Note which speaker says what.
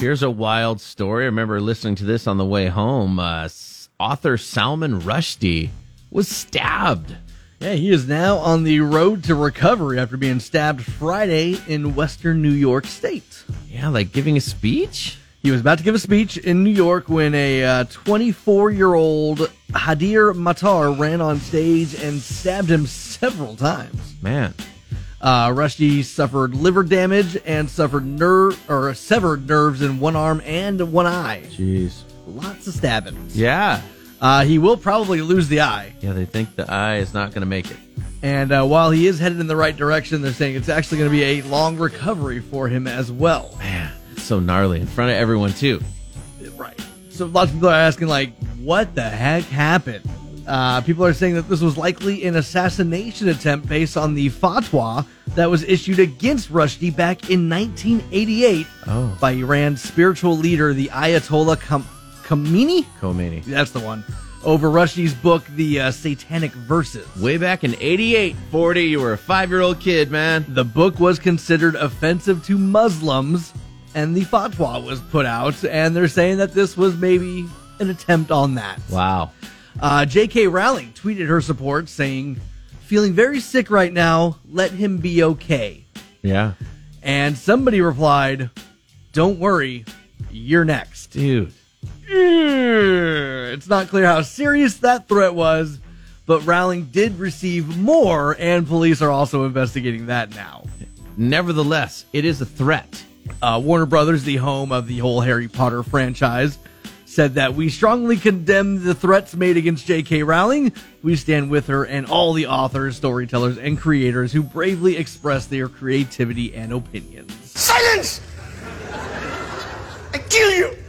Speaker 1: Here's a wild story. I remember listening to this on the way home. Uh, s- author Salman Rushdie was stabbed.
Speaker 2: Yeah, he is now on the road to recovery after being stabbed Friday in western New York State.
Speaker 1: Yeah, like giving a speech.
Speaker 2: He was about to give a speech in New York when a 24 year old Hadir Matar ran on stage and stabbed him several times.
Speaker 1: Man,
Speaker 2: Uh, Rushdie suffered liver damage and suffered nerve or severed nerves in one arm and one eye.
Speaker 1: jeez.
Speaker 2: Lots of stabbings.
Speaker 1: Yeah,
Speaker 2: Uh, he will probably lose the eye.
Speaker 1: yeah. They think the eye is not going to make it.
Speaker 2: And uh, while he is headed in the right direction, they're saying it's actually going to be a long recovery for him as well.
Speaker 1: Man, it's so gnarly in front of everyone too.
Speaker 2: Right. So lots of people are asking, like, what the heck happened? Uh, people are saying that this was likely an assassination attempt based on the fatwa that was issued against Rushdie back in 1988
Speaker 1: Oh.
Speaker 2: by Iran's spiritual leader, the Ayatollah Khom- Khomeini.
Speaker 1: Khomeini.
Speaker 2: That's the one. Over Rushdie's book, The uh, Satanic Verses.
Speaker 1: Way back in 88, 40, you were a five year old kid, man.
Speaker 2: The book was considered offensive to Muslims, and the fatwa was put out, and they're saying that this was maybe an attempt on that.
Speaker 1: Wow.
Speaker 2: Uh, J.K. Rowling tweeted her support, saying, Feeling very sick right now, let him be okay.
Speaker 1: Yeah.
Speaker 2: And somebody replied, Don't worry, you're next.
Speaker 1: Dude.
Speaker 2: It's not clear how serious that threat was, but Rowling did receive more, and police are also investigating that now.
Speaker 1: Nevertheless, it is a threat.
Speaker 2: Uh, Warner Brothers, the home of the whole Harry Potter franchise, said that we strongly condemn the threats made against J.K. Rowling. We stand with her and all the authors, storytellers, and creators who bravely express their creativity and opinions.
Speaker 3: Silence! I kill you!